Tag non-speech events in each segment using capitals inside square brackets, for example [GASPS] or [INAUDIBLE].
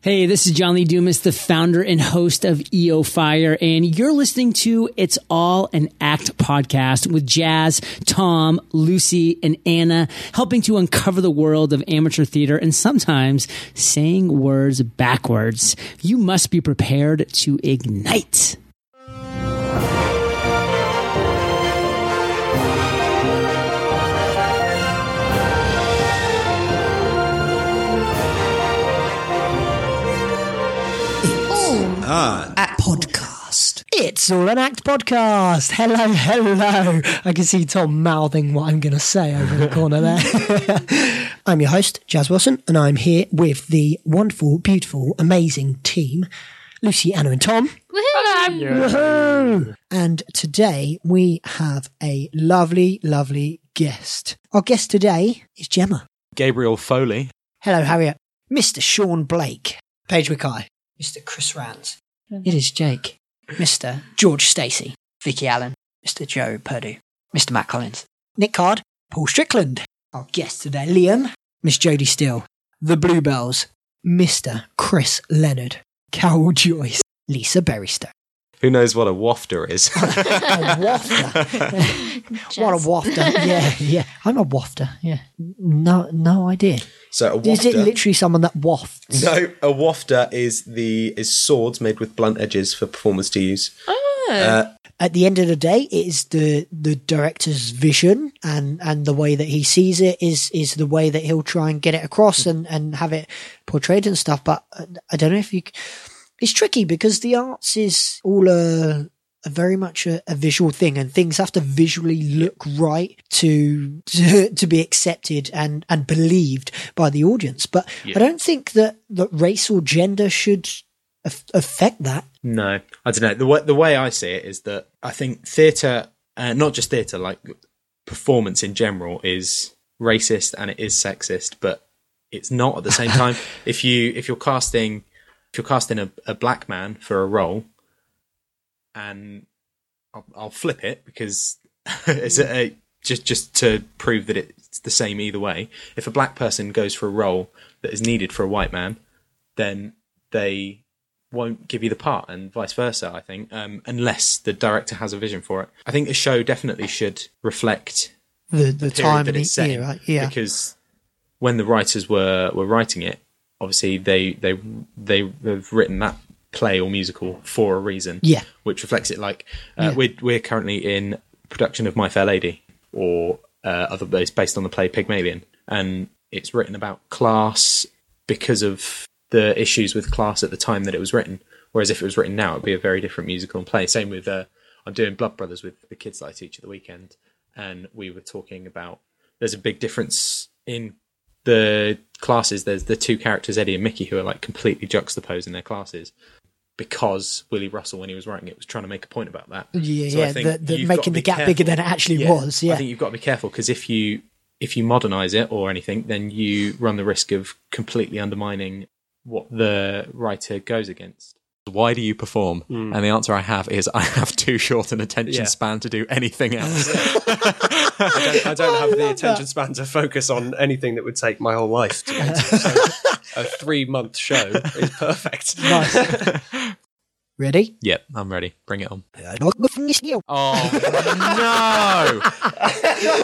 Hey, this is John Lee Dumas, the founder and host of EO Fire, and you're listening to It's All an Act podcast with Jazz, Tom, Lucy, and Anna, helping to uncover the world of amateur theater and sometimes saying words backwards. You must be prepared to ignite. at podcast. It's all an act podcast. Hello, hello. I can see Tom mouthing what I'm going to say over the corner there. [LAUGHS] I'm your host, Jazz Wilson, and I'm here with the wonderful, beautiful, amazing team, Lucy, Anna, and Tom. Woohoo! And today we have a lovely, lovely guest. Our guest today is Gemma. Gabriel Foley. Hello, Harriet. Mr. Sean Blake. Paige Wickeye. Mr. Chris Rand. It is Jake. Mr. George Stacey. Vicky Allen. Mr. Joe Purdue. Mr. Matt Collins. Nick Card. Paul Strickland. Our guest today, Liam. Miss Jodie Steele. The Bluebells. Mr. Chris Leonard. Carol Joyce. Lisa Berrystow. Who knows what a wafter is? [LAUGHS] A wafter. what a Jazz. wafter. Yeah, yeah. I'm a wafter. Yeah. No, no idea. [LAUGHS] so a Is it wafter. literally someone that wafts? no, a wafter is the is swords made with blunt edges for performers to use. Uh, at the end of the day it is the the director's vision and and the way that he sees it is is the way that he'll try and get it across and and have it portrayed and stuff but uh, i don't know if you c- it's tricky because the arts is all a, a very much a, a visual thing and things have to visually look right to to, to be accepted and and believed by the audience but i don't think that that race or gender should af- affect that no, I don't know. The way the way I see it is that I think theatre, uh, not just theatre, like performance in general, is racist and it is sexist, but it's not at the same time. if you if you're casting if you're casting a, a black man for a role, and I'll, I'll flip it because [LAUGHS] it's a, a- just just to prove that it's the same either way. If a black person goes for a role that is needed for a white man, then they won't give you the part, and vice versa. I think um, unless the director has a vision for it. I think the show definitely should reflect the the period time that and it's the set in, era yeah because when the writers were were writing it, obviously they they they have written that play or musical for a reason. Yeah. which reflects it. Like uh, we're we're currently in production of My Fair Lady, or uh, other it's based on the play Pygmalion, and it's written about class because of the issues with class at the time that it was written. Whereas if it was written now, it'd be a very different musical and play. Same with uh, I'm doing Blood Brothers with the kids that I teach at the weekend, and we were talking about there's a big difference in the classes. There's the two characters Eddie and Mickey who are like completely juxtaposed in their classes because Willie Russell, when he was writing it, was trying to make a point about that. Yeah, So I yeah, think the, the you've got to making the be gap careful. bigger than it actually was. I Yeah, think you've got to be careful because if you if you modernize it or anything, then you run the risk of completely undermining what the writer goes against. Hmm. why do you perform? And the answer I have is I have too short an attention Yeah. span to do anything [LAUGHS] else. I don't, I don't have the attention span to focus on anything that would take my whole life. To go to. [LAUGHS] So a three-month show is perfect. ready? yep, I'm ready. Bring it on. That Oh [LAUGHS] no!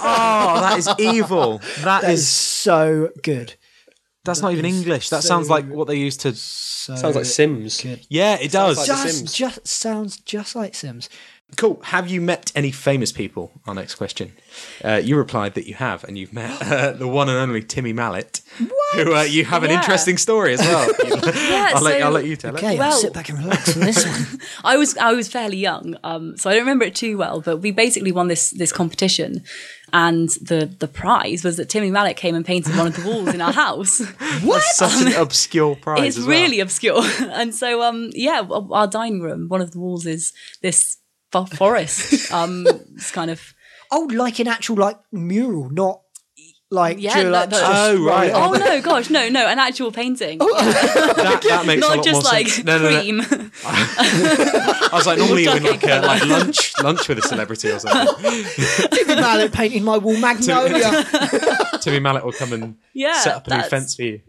oh, that is evil. that Oh. is is. so good. That's not even English. That sounds like what they used to. Sounds like Sims. Yeah, it does. like The Just, Sims. just sounds just like Sims. Uh, Cool. Have you met any famous people? Our next question. Uh, you replied that you have, and you've met uh, the one and only Timmy Mallet, who uh, you have an Yeah. interesting story [LAUGHS] as well. Yeah, I'll, let, so I'll let you tell Okay, it. I'll Well- sit back and relax on this [LAUGHS] one. I was I was fairly young, um, so I don't remember it too well. But we basically won this this competition, and the the prize was that Timmy Malik came and painted one of the walls in [LAUGHS] our house. What? such an obscure prize. It's as well. really obscure, [LAUGHS] and so um, yeah, w- our dining room, one of the walls is this fo- forest. [LAUGHS] Um, it's kind of Oh, like an actual like mural, not like Yeah, yeah, like, that- that- just Oh, right. Oh, on oh the- no, gosh, no, no, an actual painting, that, that makes a not lot just more like sense. cream. I was like, normally you win like, talking [LAUGHS] uh, like lunch, lunch with a celebrity or something. [LAUGHS] [LAUGHS] Mallet painting my wall magnolia. Timmy Mallet will come and Yeah, set up a new [LAUGHS] that's- fence for you.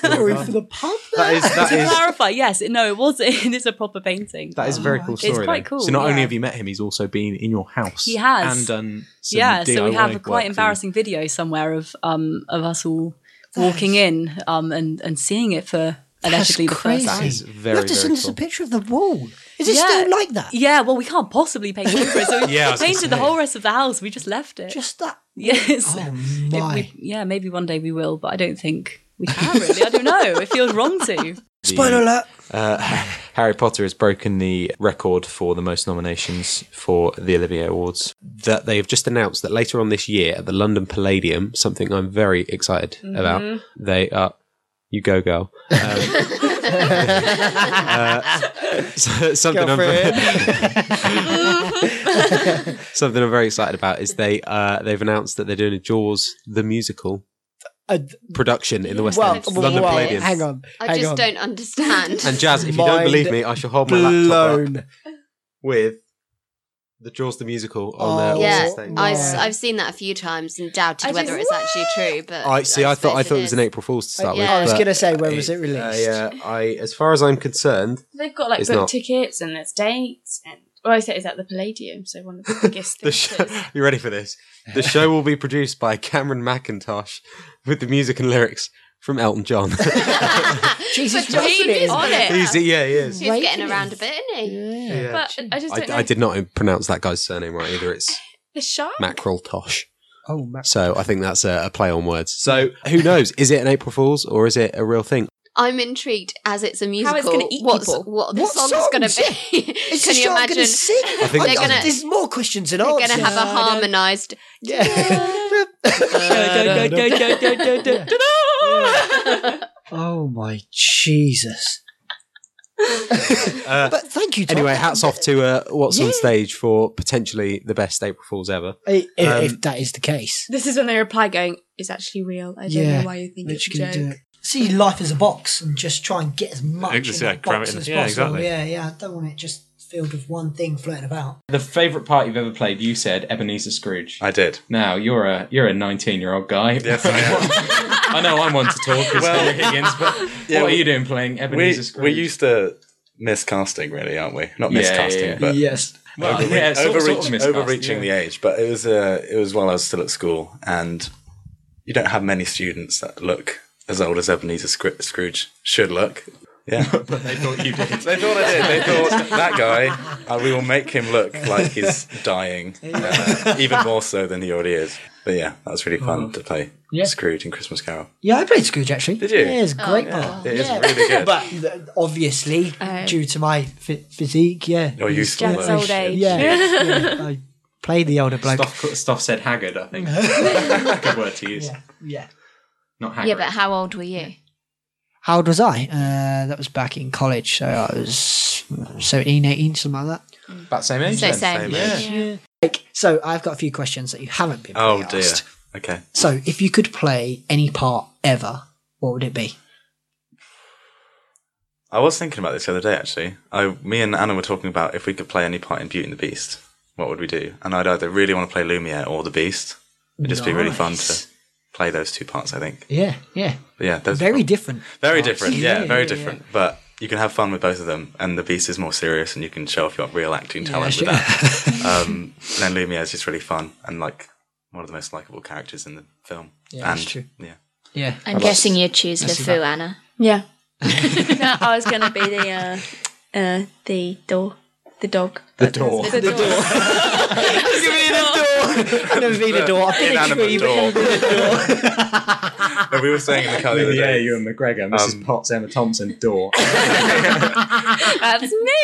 Story for the pub. That is that [LAUGHS] to is clarify, yes, it- no, it was. [LAUGHS] It is a proper painting. that is a very cool story. quite though. cool, So not yeah. only have you met him, he's also been in your house. He has. and done some yeah, so we DIY have a work for quite you. embarrassing video somewhere of um of us all walking in um and and seeing it for allegedly the crazy. first time. It's You very, have to very send us cool. a picture of the wall. Is it still like that? Yeah, well, we can't possibly paint over it, so [LAUGHS] we Yeah, I was gonna painted the say. whole rest of the house. We just left it. Just that. yes. Oh [LAUGHS] If we- my. yeah, maybe one day we will, but I don't think we can really. I don't know. It feels wrong [LAUGHS] to. Spoiler alert. Harry Potter has broken the record for the most nominations for the Olivier Awards. that they have just announced that later on this year at the London Palladium, something I'm very excited Mm-hmm. about. They are, you go, [LAUGHS] girl. Um, [LAUGHS] uh, so- something I'm very, [LAUGHS] something I'm very excited about is they uh, they've announced that they're doing a Jaws the musical Uh, production in the West well, End, well, London well, Palladium. hang on. I hang just on. don't understand. [LAUGHS] And Jazz, if you don't Mind believe me, I shall hold my laptop up Blown. with the Jaws the musical on Oh, there. yeah, What's his name? I, Yeah. have seen that a few times and doubted I whether just- it's actually true. But I see. I thought I suppose thought it was is. an April Fool's to start Yeah. with. I was but gonna say, when was it released? I, uh, I, as far as I'm concerned, They've got like It's book not. tickets and there's dates and well, I said it's at the Palladium, so one of the biggest the things. show, [LAUGHS] you ready for this? The show will be produced by Cameron McIntosh with the music and lyrics from Elton John. [LAUGHS] Jesus But Christ, Jane it is is. on it. [LAUGHS] He's, yeah, he is. He's getting around a bit, isn't he? Yeah. But I just I, don't know. I did not pronounce that guy's surname right either. It's The shark. Macreltosh. Oh, Mac- So I think that's a, a play on words. So who knows? Is it an April Fool's or is it a real thing? I'm intrigued as it's a musical. How it's gonna eat what's, people. What the What song's going songs? to be? Is Can the you shark imagine? Gonna sing? I think They're gonna- there's more questions and They're answers. going to have a harmonised. [LAUGHS] oh my Jesus! Uh, But thank you. Tom. anyway, hats off to uh, What's Yeah. on Stage for potentially the best April Fool's ever. I- i- um, if that is the case, This is when they reply going, "It's actually real. I don't Yeah. know why you think we're it's just a joke." gonna do it. See life as a box and just try and get as much Exactly, in that cram box it in. as Yeah, possible. exactly. Yeah, yeah. I don't want it just filled with one thing floating about. The favourite part you've ever played, you said Ebenezer Scrooge. I did. Now you're a you're a 19 year old guy. Yes, [LAUGHS] I am. [LAUGHS] I know I'm one to talk as well, Higgins, [LAUGHS] but Yeah, what are we- you doing playing we, Ebenezer Scrooge? we're used to miscasting, really, aren't we? Not Yeah, miscasting, yeah, yeah. but yes. well, yeah, sort, overreach, sort of miscast, overreaching yeah. the age. But it was uh, it was while I was still at school, and you don't have many students that look as old as Ebenezer Scroo- Scrooge should look. Yeah, [LAUGHS] But they thought you did. they thought I did. They thought that guy. Uh, we will make him look [LAUGHS] like he's dying, uh, even more so than he already is. But yeah, that was really Oh. fun to play Scrooge in Christmas Carol. Yeah, I played Scrooge actually. Did you? Yeah, it's a great Oh, part. It is yeah. really [LAUGHS] good. but uh, obviously, Oh. due to my phy- physique, yeah, You're useful. Jack's though. old age. yeah, yeah, I played the older bloke. Stuff, stuff said haggard, I think. Good word to use. Yeah, yeah. Not haggard. Yeah, but how old were you? How old was I? Uh, that was back in college, so I was 17, 18, something like that. About same age. So then? same. Like, so I've got a few questions that you haven't been. Oh asked. dear. Okay. So if you could play any part ever, what would it be? I was thinking about this the other day actually. I, me and Anna were talking about if we could play any part in Beauty and the Beast, what would we do? And I'd either really want to play Lumiere or the Beast. It'd just be really fun Nice. to play those two parts. I think. Yeah, yeah, But yeah, those very different. very parts. different. Yeah, very yeah, different. But you can have fun with both of them, and the Beast is more serious, and you can show off your real acting talent sure. with that. [LAUGHS] um, and then Lumiere is just really fun and like one of the most likable characters in the film. Yeah, and, that's true. Yeah. Yeah, I'm guessing you'd choose LeFou, Anna. Yeah. [LAUGHS] no, I was gonna be the uh, uh the door, the dog. the door. The door. I've never been a door. I've been [LAUGHS] a Inanimate [LAUGHS] tree, but never door. been a [LAUGHS] door. And we were saying in the car the other Yeah, day. you and McGregor, Mrs. Potts, Emma Thompson, door. That's me.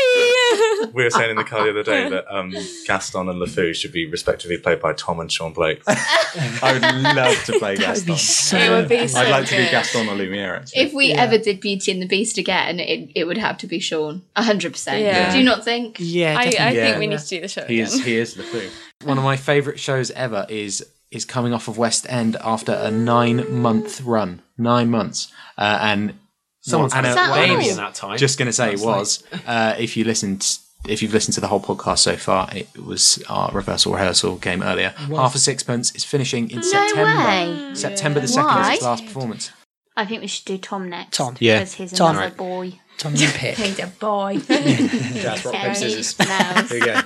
we were saying in the car the other [LAUGHS] day that um, Gaston and LeFou should be respectively played by Tom and Sean Blake. [LAUGHS] I would love to play That'd Gaston. be so. It would be so I'd like to good. do Gaston or Lumiere, actually. If we ever did Beauty and the Beast again, it, it would have to be Sean. 100%. Yeah. Do you not think? yeah, I, I definitely. think we Yeah. need to do the show. he again. is, he is the food. One of my favourite shows ever is is coming off of West End after a nine month run. Nine months. Uh, and someone's had a baby in that time. Just going to say was uh, if you listened if you've listened to the whole podcast so far, it was our reversal rehearsal game earlier. Wow. Half a Sixpence is finishing in No September. way. September the Yeah. second is its Why? last performance. I think we should do Tom next. Tom. Yeah. Because he's Tom. another Right. boy. Tom, you pick. he's a boy. Jazz, rock, paper, Sorry. scissors. No. Here we go.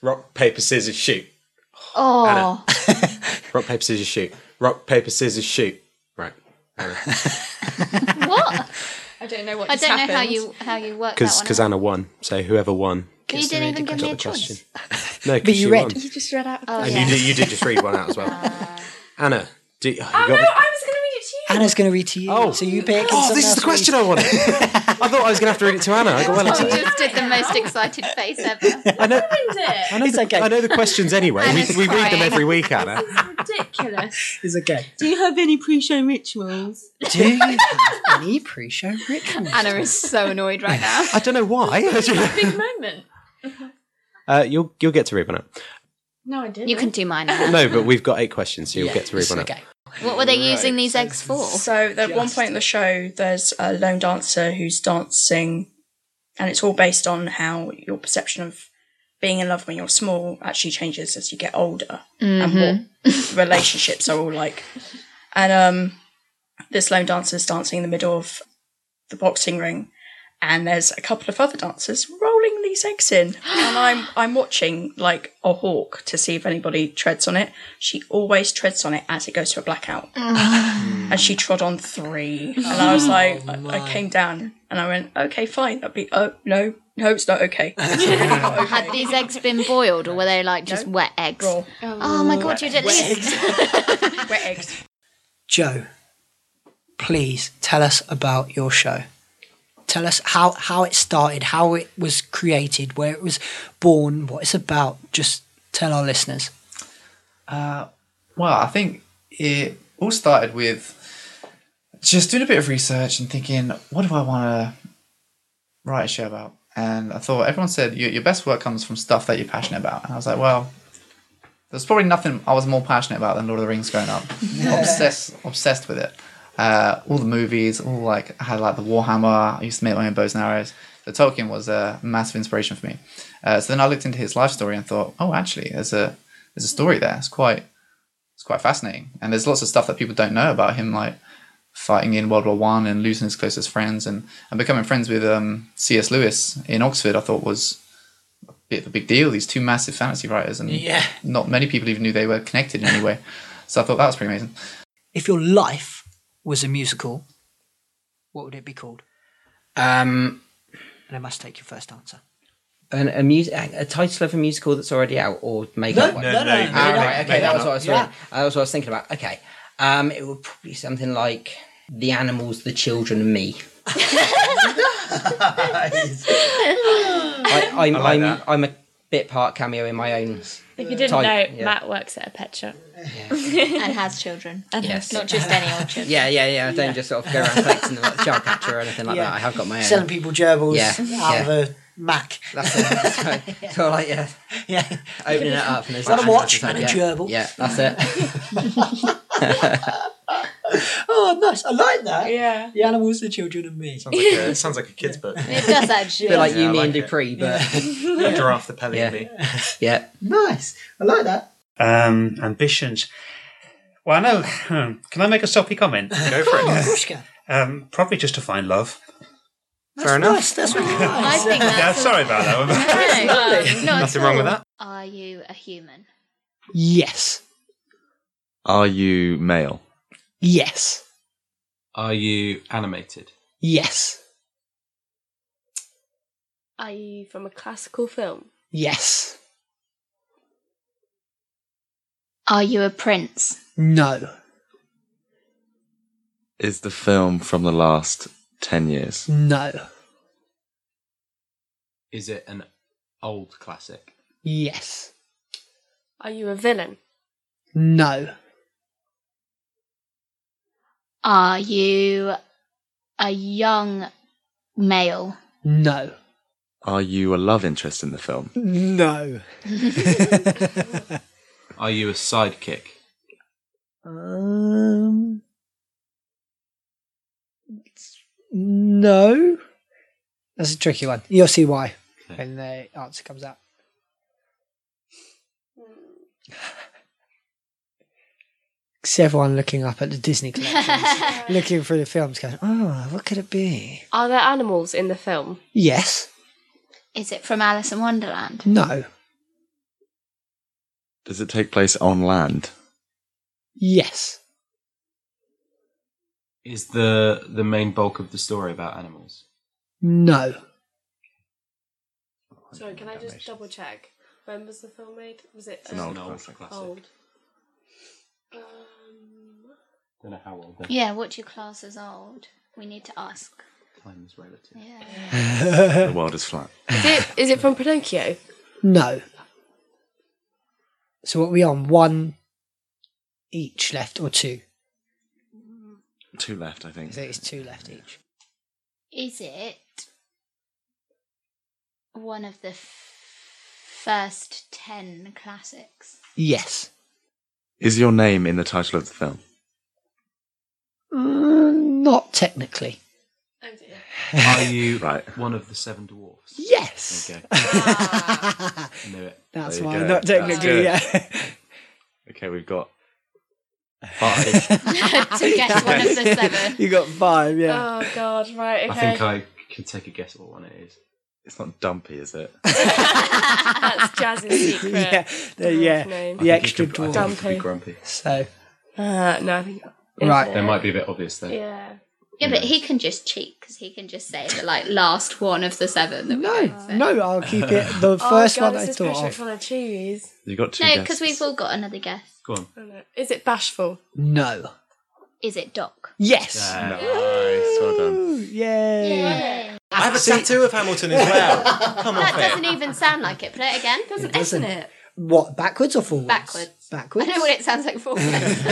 Rock, paper, scissors, shoot. Oh. [LAUGHS] Rock, paper, scissors, shoot. Rock, paper, scissors, shoot. Right. what? [LAUGHS] I don't know what I just don't know how happened. you how you work that Because one out. Anna won, so whoever won. But you didn't even give me a the question. choice. No, But because you she read. won. You just read out. Uh, Oh, And yeah. you, did, you did just read one out [LAUGHS] as well. Anna, do you, Oh you no! I got was me- going to read it to you. Anna's going to read to you. Oh, so you pick. and Oh, someone this is the else reads. question I wanted. [LAUGHS] I thought I was going to have to read it to Anna. I got well Tom excited. just did the most excited face ever. I know, Ruined I, know It's the, okay. I know the questions anyway. Anna's We, we read them crying. every week, Anna. it. Ridiculous. It's okay. Do you have any pre-show rituals? Do you have any pre-show rituals? Anna is so annoyed right now. I don't know why. Big moment. [LAUGHS] uh, you'll you'll get to read one out. No, I didn't. You can do mine [LAUGHS] now. No, but we've got eight questions, so you'll Yeah, get to read it's one okay. out. What were they using these eggs for? So at one point in the show, there's a lone dancer who's dancing, and it's all based on how your perception of being in love when you're small actually changes as you get older, and what Mm-hmm. [LAUGHS] relationships are all like. And um, this lone dancer is dancing in the middle of the boxing ring, and there's a couple of other dancers rolling these eggs in, and [GASPS] I'm I'm watching like a hawk to see if anybody treads on it. She always treads on it as it goes to a blackout and she trod on three. And I was like, I, I came down and I went, okay, fine. That'd be, oh, no, no, it's not okay. Had these eggs been boiled or were they like just wet eggs? Raw. Oh my god, you'd at least. Wet eggs. Joe, please tell us about your show. Tell us how, how it started, how it was created, where it was born, what it's about. Just tell our listeners. Well, I think it all started with just doing a bit of research and thinking, what do I want to write a show about? And I thought, everyone said your, your best work comes from stuff that you're passionate about. And I was like, well, there's probably nothing I was more passionate about than Lord of the Rings growing up. obsessed, obsessed with it. Uh, all the movies, all like I had like the Warhammer. I used to make my own bows and arrows. So Tolkien was a massive inspiration for me. Uh, so then I looked into his life story and thought, oh, actually, there's a there's a story there. It's quite it's quite fascinating. And there's lots of stuff that people don't know about him, like fighting in World War One and losing his closest friends and, and becoming friends with um, C.S. Lewis in Oxford. I thought was a bit of a big deal. These two massive fantasy writers, and Yeah. not many people even knew they were connected in any [LAUGHS] way. So I thought that was pretty amazing. If your life was a musical, what would it be called? Um, And I must take your first answer. an, a, mus- a title of a musical that's already out, or make No, up one. no, no, no, no, Ah, no, right, no, okay, no, that was no. what I was. Yeah. That was what I was thinking about. Okay, um, it would probably be something like the animals, the children, and me. I, I'm, I like I'm, that. I'm a bit part cameo in my own. If you didn't type, know, yeah. Matt works at a pet shop. and has children. Yes. Not just any old children. Yeah, yeah, yeah. I don't just sort of go around collecting the like, child catcher or anything like Yeah. that. Ah, I have got my own. Selling people gerbils Yeah, out yeah. of a Mac. That's [LAUGHS] it. So, so like, yeah, Yeah. opening it up and it's What a like watch, 100%, and a yeah. gerbil. Yeah, that's it. [LAUGHS] Oh, nice. I like that. Yeah. The animals, the children, and me. Sounds like a, sounds like a kid's book. It does actually. bit like you, I me, like and it. Dupree, but Giraffe, the Pelly, and me. yeah. Nice. I like that. Um, ambitions. Well, I know. hmm, Can I make a [LAUGHS] soppy comment? Go for Oh, of course you can. Um, probably just to find love. Fair enough. that's really [LAUGHS] I nice. think Yeah, that's. sorry about that one. No, not at [LAUGHS] Nothing wrong with all. that. Are you a human? Yes. Are you male? Yes. Are you animated? Yes. Are you from a classical film? Yes. Are you a prince? No. Is the film from the last 10 years? No. Is it an old classic? Yes. Are you a villain? No. Are you a young male? No. Are you a love interest in the film? No. Are you a sidekick? Um. No. That's a tricky one. You'll see why. when the answer comes out. See everyone looking up at the Disney collections, looking through the films, going, "Oh, what could it be?" Are there animals in the film? Yes, Is it from Alice in Wonderland? no, Does it take place on land? yes. Is the the main bulk of the story about animals? No. Sorry, can I just double check? When was the film made? Was it It's um, an old classic. Old. Don't know how old. that Yeah, what do you class as old? We need to ask. Time is relative. the world is flat. Is it, is it from Pinocchio? No. So what are we on? One each left or two? Two left, I think. So it's two left each. Is it one of the f- first ten classics? [LAUGHS] Yes. Is your name in the title of the film? Mm, not technically. Um, Are [LAUGHS] you one of the seven dwarfs? Yes. Okay. [LAUGHS] I knew it. That's There you why. go. Not That's technically. good. Yeah. Okay, we've got five. to guess one of the seven. [LAUGHS] [LAUGHS] you got five. Yeah. Oh god, I right, okay. uh, think I can take a guess at what one it is. it's not dumpy, is it? That's Jazz's [LAUGHS] secret. yeah. The, yeah. name. The I think extra it could- I dwarf. think it could be Grumpy. So. Uh, no, I think. Right. That might be a bit obvious then. Yeah. Yeah, but he can just cheat because he can just say the like last one of the seven. That we No, no, I'll keep it. The first oh, god, one I this is thought pressure of. trying to choose. You got two no, guesses. because we've all got another guess. Go on. Oh, no. Is it bashful? No. Is it Doc? Yes. Nice. Well done. Ooh, yay. I have a tattoo of Hamilton as [LAUGHS] well. Come that off it. doesn't even sound like it. Play it again. Doesn't, doesn't. isn't it? What? Backwards or forwards? Backwards. I Backwards. know what it sounds like forward. [LAUGHS]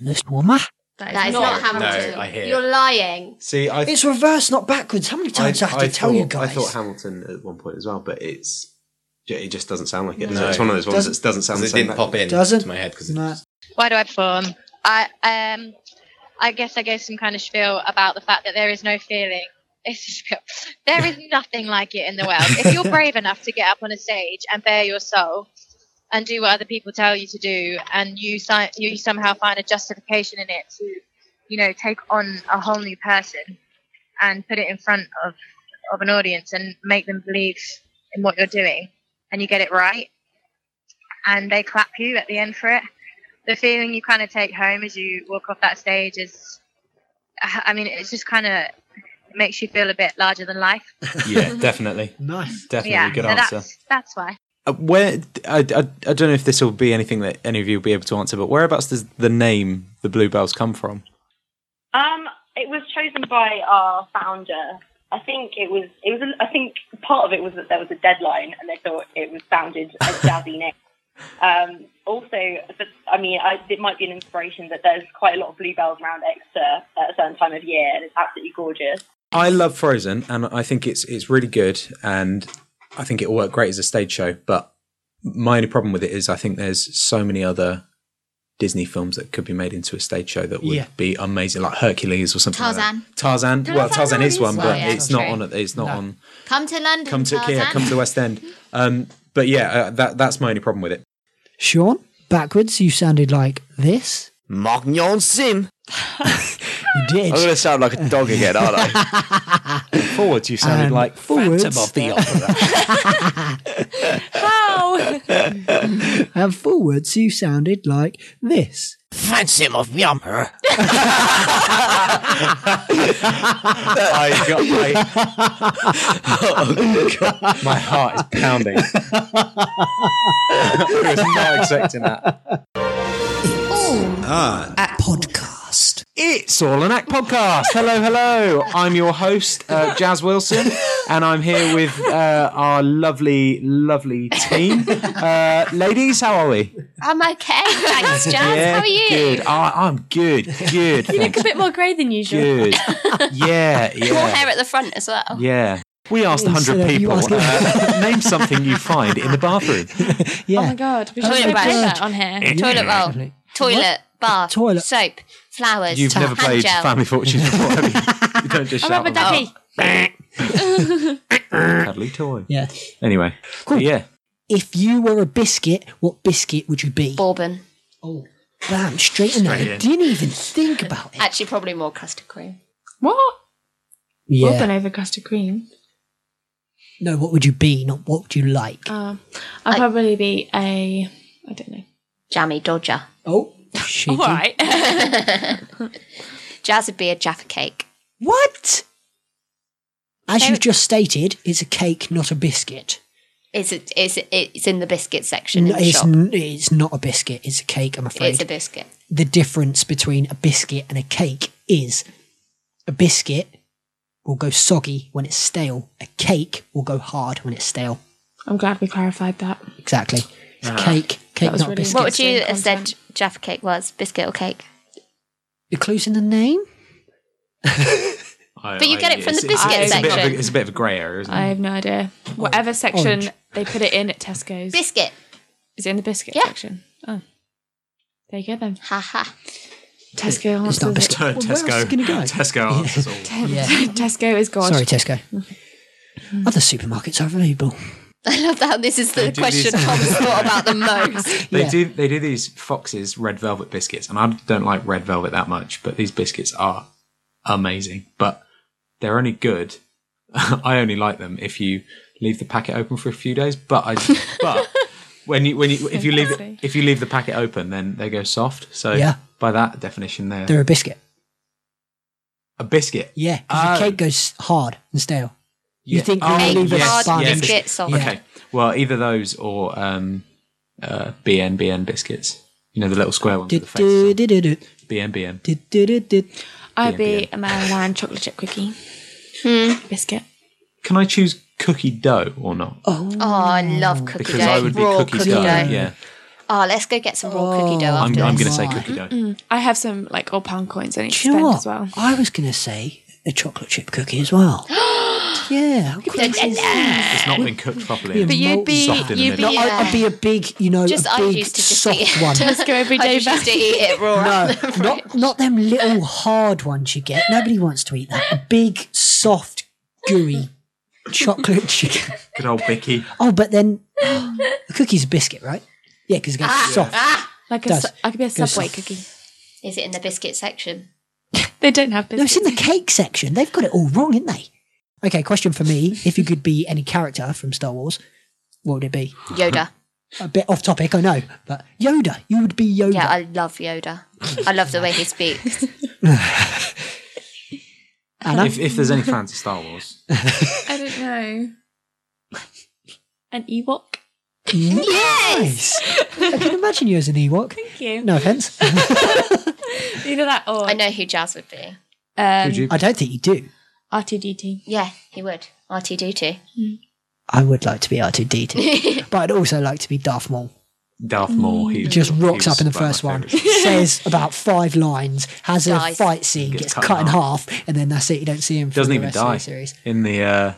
Miss Woman. That is, is not not- Hamilton. No, I hear it. You're lying. See, I It's reversed, not backwards. How many times do I, have to tell thought, you guys? I thought Hamilton at one point as well, but it's yeah, it just doesn't sound like it. No. So it's one of those ones that doesn't sound. It the same didn't pop in Doesn't- to my head because Why do I perform? I um, I guess I gave some kind of spiel about the fact that there is no feeling. It's a spiel. There is nothing like it in the world. If [LAUGHS] you're brave enough to get up on a stage and bare your soul and do what other people tell you to do, and you si- you somehow find a justification in it to, you know, take on a whole new person and put it in front of of an audience and make them believe in what you're doing, and you get it right, and they clap you at the end for it the feeling you kind of take home as you walk off that stage is i mean it's just kind of makes you feel a bit larger than life [LAUGHS] yeah, definitely, nice, definitely yeah good so answer. that's that's why Uh, where I, I, I don't know if this will be anything that any of you will be able to answer, but whereabouts does the name the Bluebells come from? Um, it was chosen by our founder. I think it was it was a- I think part of it was that there was a deadline and they thought it was founded [LAUGHS] a jazzy name. Um, also, but, I mean, I, it might be an inspiration that there's quite a lot of bluebells around Exeter at a certain time of year, and it's absolutely gorgeous. I love Frozen, and I think it's it's really good, and I think it'll work great as a stage show. But my only problem with it is I think there's so many other Disney films that could be made into a stage show that would Yeah. be amazing, like Hercules or something. like that. Tarzan. Tarzan. Well, Tarzan Tarzan is is one, one, but yeah. it's not True. on. It's not No. on. Come to London. Come to Tarzan. yeah, come to the West End. Um, but yeah, uh, that that's my only problem with it. Sean, backwards, you sounded like this. Magnon Sim. You I'm did. going to sound like a dog again, aren't I? [LAUGHS] Forwards, you sounded And like forwards. Phantom of the Opera. [LAUGHS] [LAUGHS] How? and forwards, you sounded like this. Fancy him of yummer. I got [LAUGHS] my. my heart is pounding. I was not expecting that. Ah. podcast. It's all an act podcast. Hello, hello. I'm your host, uh, Jazz Wilson, and I'm here with uh, our lovely, lovely team. Uh, ladies, how are we? I'm okay. Thanks, Jazz. Yeah, How are you? Good. I, I'm good. Good. [LAUGHS] You look thanks. a bit more grey than usual. Good. Yeah, More yeah. hair at the front as well. Yeah. We asked Instead 100 of you people, asking- uh, name something you find in [LAUGHS] the bathroom. Yeah. Oh my god, we should Toilet have done that on here. Yeah. Toilet roll. Definitely. Toilet. Bath. Toilet. Soap. Flowers. You've never hand played gel. Family Fortunes before, have you? You don't just shout them out. [LAUGHS] Cuddly toy. Yeah. Anyway. Cool. Yeah. If you were a biscuit, what biscuit would you be? Bourbon. Oh. Bam, straight in there. Straight I in. didn't even think about it. Actually, probably more custard cream. What? Yeah. Bourbon over custard cream. No, what would you be? Not what would you like? Uh, I'd probably be a. I don't know. Jammy Dodger. Oh, all shaky. right. Jazz would be a Jaffa cake. What? As you've just stated, it's a cake, not a biscuit. It's a, it's a- it's in the biscuit section in No, the it's, shop. n- it's not a biscuit, it's a cake, I'm afraid. It's a biscuit. the difference between a biscuit and a cake is a biscuit will go soggy when it's stale, a cake will go hard when it's stale. I'm glad we clarified that. Mm. Exactly. It's a Ah. cake, cake, That was not a really- biscuit. What would you Same have said Jaffa cake was? Biscuit or cake? The clues in the name? I- But you I- get it from it's- the it's- biscuit it's a bit of a- section. It's a bit of a grey area, isn't it? I have no idea. Whatever section Orange. they put it in at Tesco's. Biscuit. Is it in the biscuit section? Oh. There you go then. Ha ha. Tesco answers it. [LAUGHS] Tesco. Tesco. Tesco answers all. Yeah. Tesco is gone. Sorry, Tesco. Other supermarkets are available. I love that this is They the do question this- Tom's thought about the most. [LAUGHS] They do they do these Fox's red velvet biscuits, and I don't like red velvet that much, but these biscuits are amazing. But they're only good. [LAUGHS] I only like them if you leave the packet open for a few days. But [LAUGHS] I but when you when you if you leave it- if you leave the packet open, then they go soft. So Yeah. by that definition, they're, They're a biscuit. Uh, a biscuit. Yeah, 'cause a cake goes hard and stale. You Yeah. Oh, think they leave a sponge. Okay. Well, either those or um, uh, BNBN biscuits. You know the little square ones. with the face. BNBN. I'd be a marijuana chocolate chip cookie. Biscuit. Can I choose cookie dough or not? Oh, I love cookie because dough. I would be raw cookie, dough. Yeah. Oh, let's go get some raw cookie dough. I'm, After I'm this. going to say cookie dough. Mm, I have some like old pound coins I need to Do you know spend what? as well. I was going to say a chocolate chip cookie as well. yeah. how crazy is that? It's not been cooked properly. Be a It's malt- soft in the middle. No, I, I'd be a big, you know, Just a I big used to just soft eat it. [LAUGHS] one. Just go every I day just back. used to [LAUGHS] eat it raw out No, of the not not them little hard ones you get. Nobody wants to eat that. A big, soft, [LAUGHS] gooey chocolate chip. Good old [LAUGHS] Bicky. Oh, [GASPS] but then a cookie's a biscuit, right? Yeah, because it goes soft. Ah. Like a, Does. su- I could be a Goes Subway soft. cookie. Is it in the biscuit section? They don't have No, it's biscuits. in the cake section. They've got it all wrong, haven't they? Okay, question for me: If you could be any character from Star Wars, what would it be? Yoda. A bit off topic, I know, but Yoda. You would be Yoda. Yeah, [LAUGHS] I love Yoda. I love the way he speaks. Anna? If, if there's any fans of Star Wars, I don't know. An Ewok. Yes! I can imagine you as an Ewok. Thank you. No offense. Either that or I know who Jazz would be. um, I don't think you do. R2D2. Yeah, he would. RTD2. I would like to [LAUGHS] be R2D2, but I'd also like to be Darth Maul. Darth Maul. He He Mm. just rocks he up in the was one of first my one, [LAUGHS] favourites. says about five lines, has Dies. a fight scene, Gets gets, cut cut, in in half, and then that's it. You don't see him. for Doesn't the even rest of the die series. in the uh,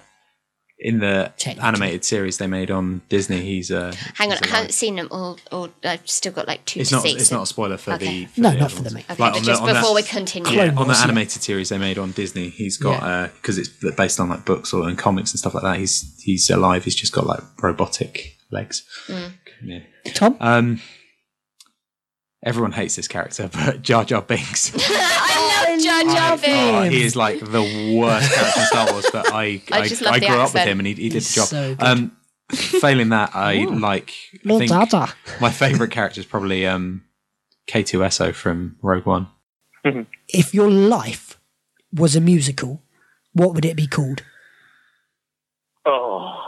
in the animated series they made on Disney. He's uh, Hang on, I haven't seen them all. all I've still got like two it's to not see. it's so- not a spoiler for Okay. the for No, the not other for the ones. main- Okay, but just before we continue. yeah, Clone on the Wars, yeah. animated series they made on Disney, he's got uh 'cause because it's based on like books or in comics and stuff like that. He's he's alive. He's just got like robotic legs. Yeah. Tom, um, everyone hates this character, [LAUGHS] but Jar Jar [LAUGHS] Binks. I love Jar Jar Oh, Binks. he is like the worst character in Star Wars, but [LAUGHS] I I I, I, just love the grew up with accent. him and he, he did He's the job. so good. um, failing that, I like. I Lord think Dada. my favorite character is probably um, K2SO from Rogue One. If your life was a musical, what would it be called? Oh,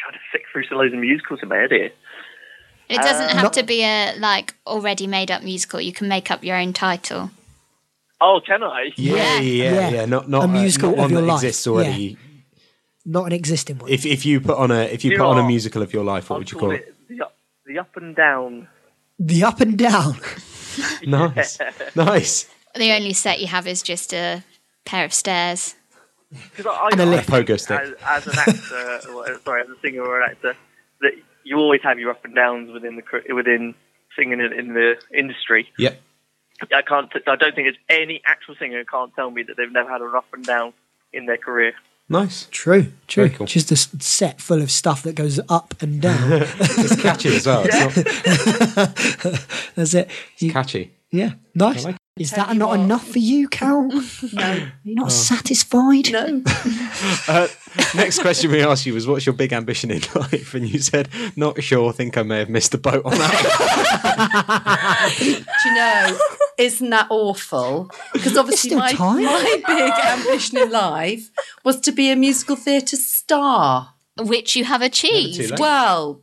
trying to sick through some loads of musicals in my head here. It doesn't Uh, have not- to be a like already made up musical. You can make up your own title. Oh, can I? Yeah, yeah, yeah. Yeah. Not not A uh, musical not of one your that life. exists already. Not an existing one. If if you put on a if you You put on a are- musical of your life, what would you call it? The up, the up and down. The up and [LAUGHS] down. [LAUGHS] Nice, nice. The only set you have is just a pair of stairs. Because I, And a I left think pogo stick. As, as an actor, or, uh, sorry, as a singer or an actor, that you always have your up and downs within the cr- within singing in, in the industry. Yep. I can't. T- I don't think there's any actual singer who can't tell me that they've never had an up and down in their career. Nice. True. True. Just a s- set full of stuff that goes up and [LAUGHS] down. it's catchy as well. It's not, That's it. it's catchy. Yeah. Nice. I like Is that not enough for you, Carol? [LAUGHS] no. You're Oh. not satisfied? No. Uh, next question we asked you was, "What's your big ambition in [LAUGHS] life?" And you said, "Not sure. Think I may have missed the boat on that." Do you know? Isn't that awful? Because obviously, still my, time. my big ambition in life was to be a musical theatre star, which you have achieved. Well,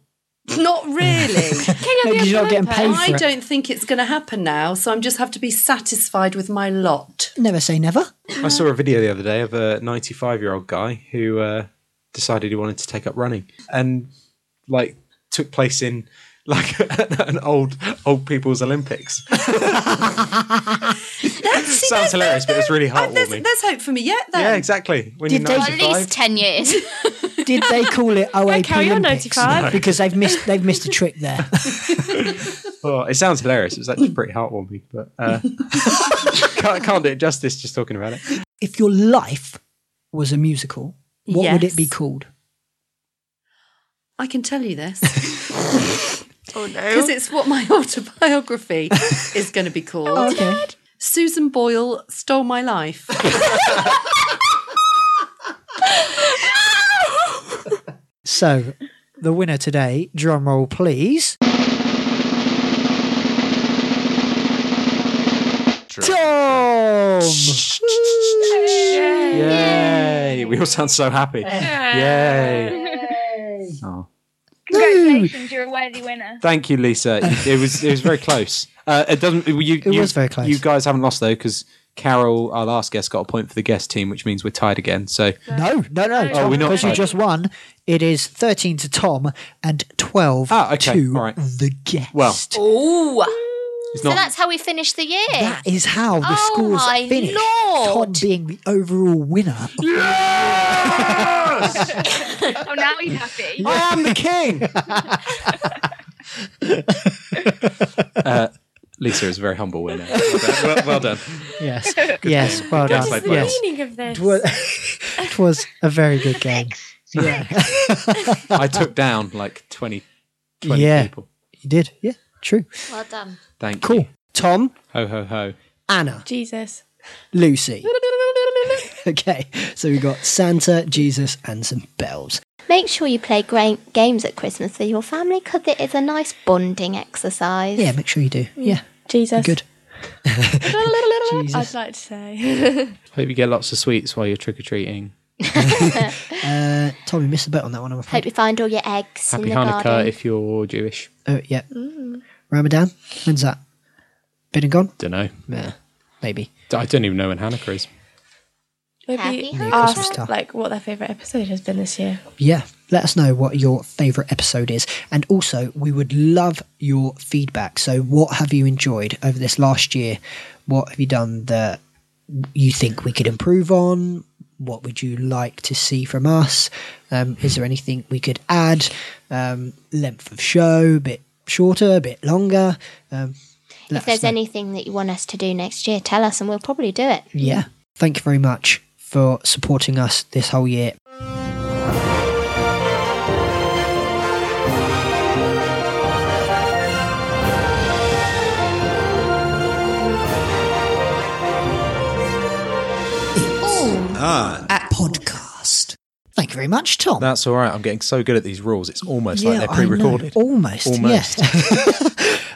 not really. [LAUGHS] No, be a 'cause you're not getting bloke, paid eh? I for it. don't think it's going to happen now, so I'm just have to be satisfied with my lot. Never say never. I saw a video the other day of a 95 year old guy who uh, decided he wanted to take up running and like took place in like [LAUGHS] an old old people's Olympics. [LAUGHS] Sounds hilarious, but it's really heartwarming. There's hope for me yet, then. yeah, exactly. When you're Did they- 95, At least 10 years. Did they call it OAP Carol, you're Olympics? 95. Because they've missed they've missed a trick there. oh, it sounds hilarious. It's actually pretty heartwarming, but [LAUGHS] uh, can't, can't do it justice just talking about it. If your life was a musical, what would it be called? I can tell you [LAUGHS] this. oh no. Because it's what my [LAUGHS] autobiography is going to be called. Oh, okay. Susan Boyle Stole My Life. So, the winner today, drum roll please. Tom! Yay! We all sound so happy. Yay! Oh. Congratulations, you're a worthy winner. Thank you, Lisa. It- It was it was [LAUGHS] very close. Uh, it doesn't. You, It you- was very close. You guys haven't lost though, because Carol, our last guest, got a point for the guest team, which means we're tied again. So No, no, no. Oh, we're not Because you tied. just won. It is 13 to Tom and 12 Ah, okay, to all right. the guest. well, Ooh. It's so not- that's how we finish the year. That is how the Oh scores my finish. Tom being the overall winner. [LAUGHS] oh, now he's happy. [LAUGHS] I am the [LAUGHS] king. uh, Lisa is a very humble winner. well, well done. Yes. yes. Well [LAUGHS] Good done. play, boys. Yes. meaning of this? [LAUGHS] It was a very good game. Yeah. I took down like 20, 20 yeah. people. You did. Yeah. True. Well done. Thank you. Cool. Tom, Ho ho ho. Anna, Jesus. [LAUGHS] Lucy. okay. So we got Santa, Jesus, and some bells. Make sure you play gra- games at Christmas with your family because it is a nice bonding exercise. Yeah. Make sure you do. Mm. Yeah. Jesus. [LAUGHS] Good. I'd like to [LAUGHS] say. Hope you get lots of sweets while you're trick or treating. Uh, Tom, we missed a bit on that one. I'm afraid. Hope you find all your eggs Happy in the Hanukkah garden. if you're Jewish. Oh, yeah. Mm. Ramadan. When's that? Been and gone. Don't know. Yeah. Maybe. I don't even know when Hanukkah is. Maybe Happy Christmas ask time. like what their favourite episode has been this year. yeah let us know what your favorite episode is and also we would love your feedback so what have you enjoyed over this last year what have you done that you think we could improve on what would you like to see from us um, is there anything we could add um, length of show a bit shorter a bit longer um, let If there's us know. anything that you want us to do next year, tell us and we'll probably do it. yeah thank you very much for supporting us this whole year Ah. at podcast. Thank you very much, Tom. That's all right. I'm getting so good at these rules. It's almost Yeah, like I they're know. [LAUGHS] pre-recorded. Almost, yes.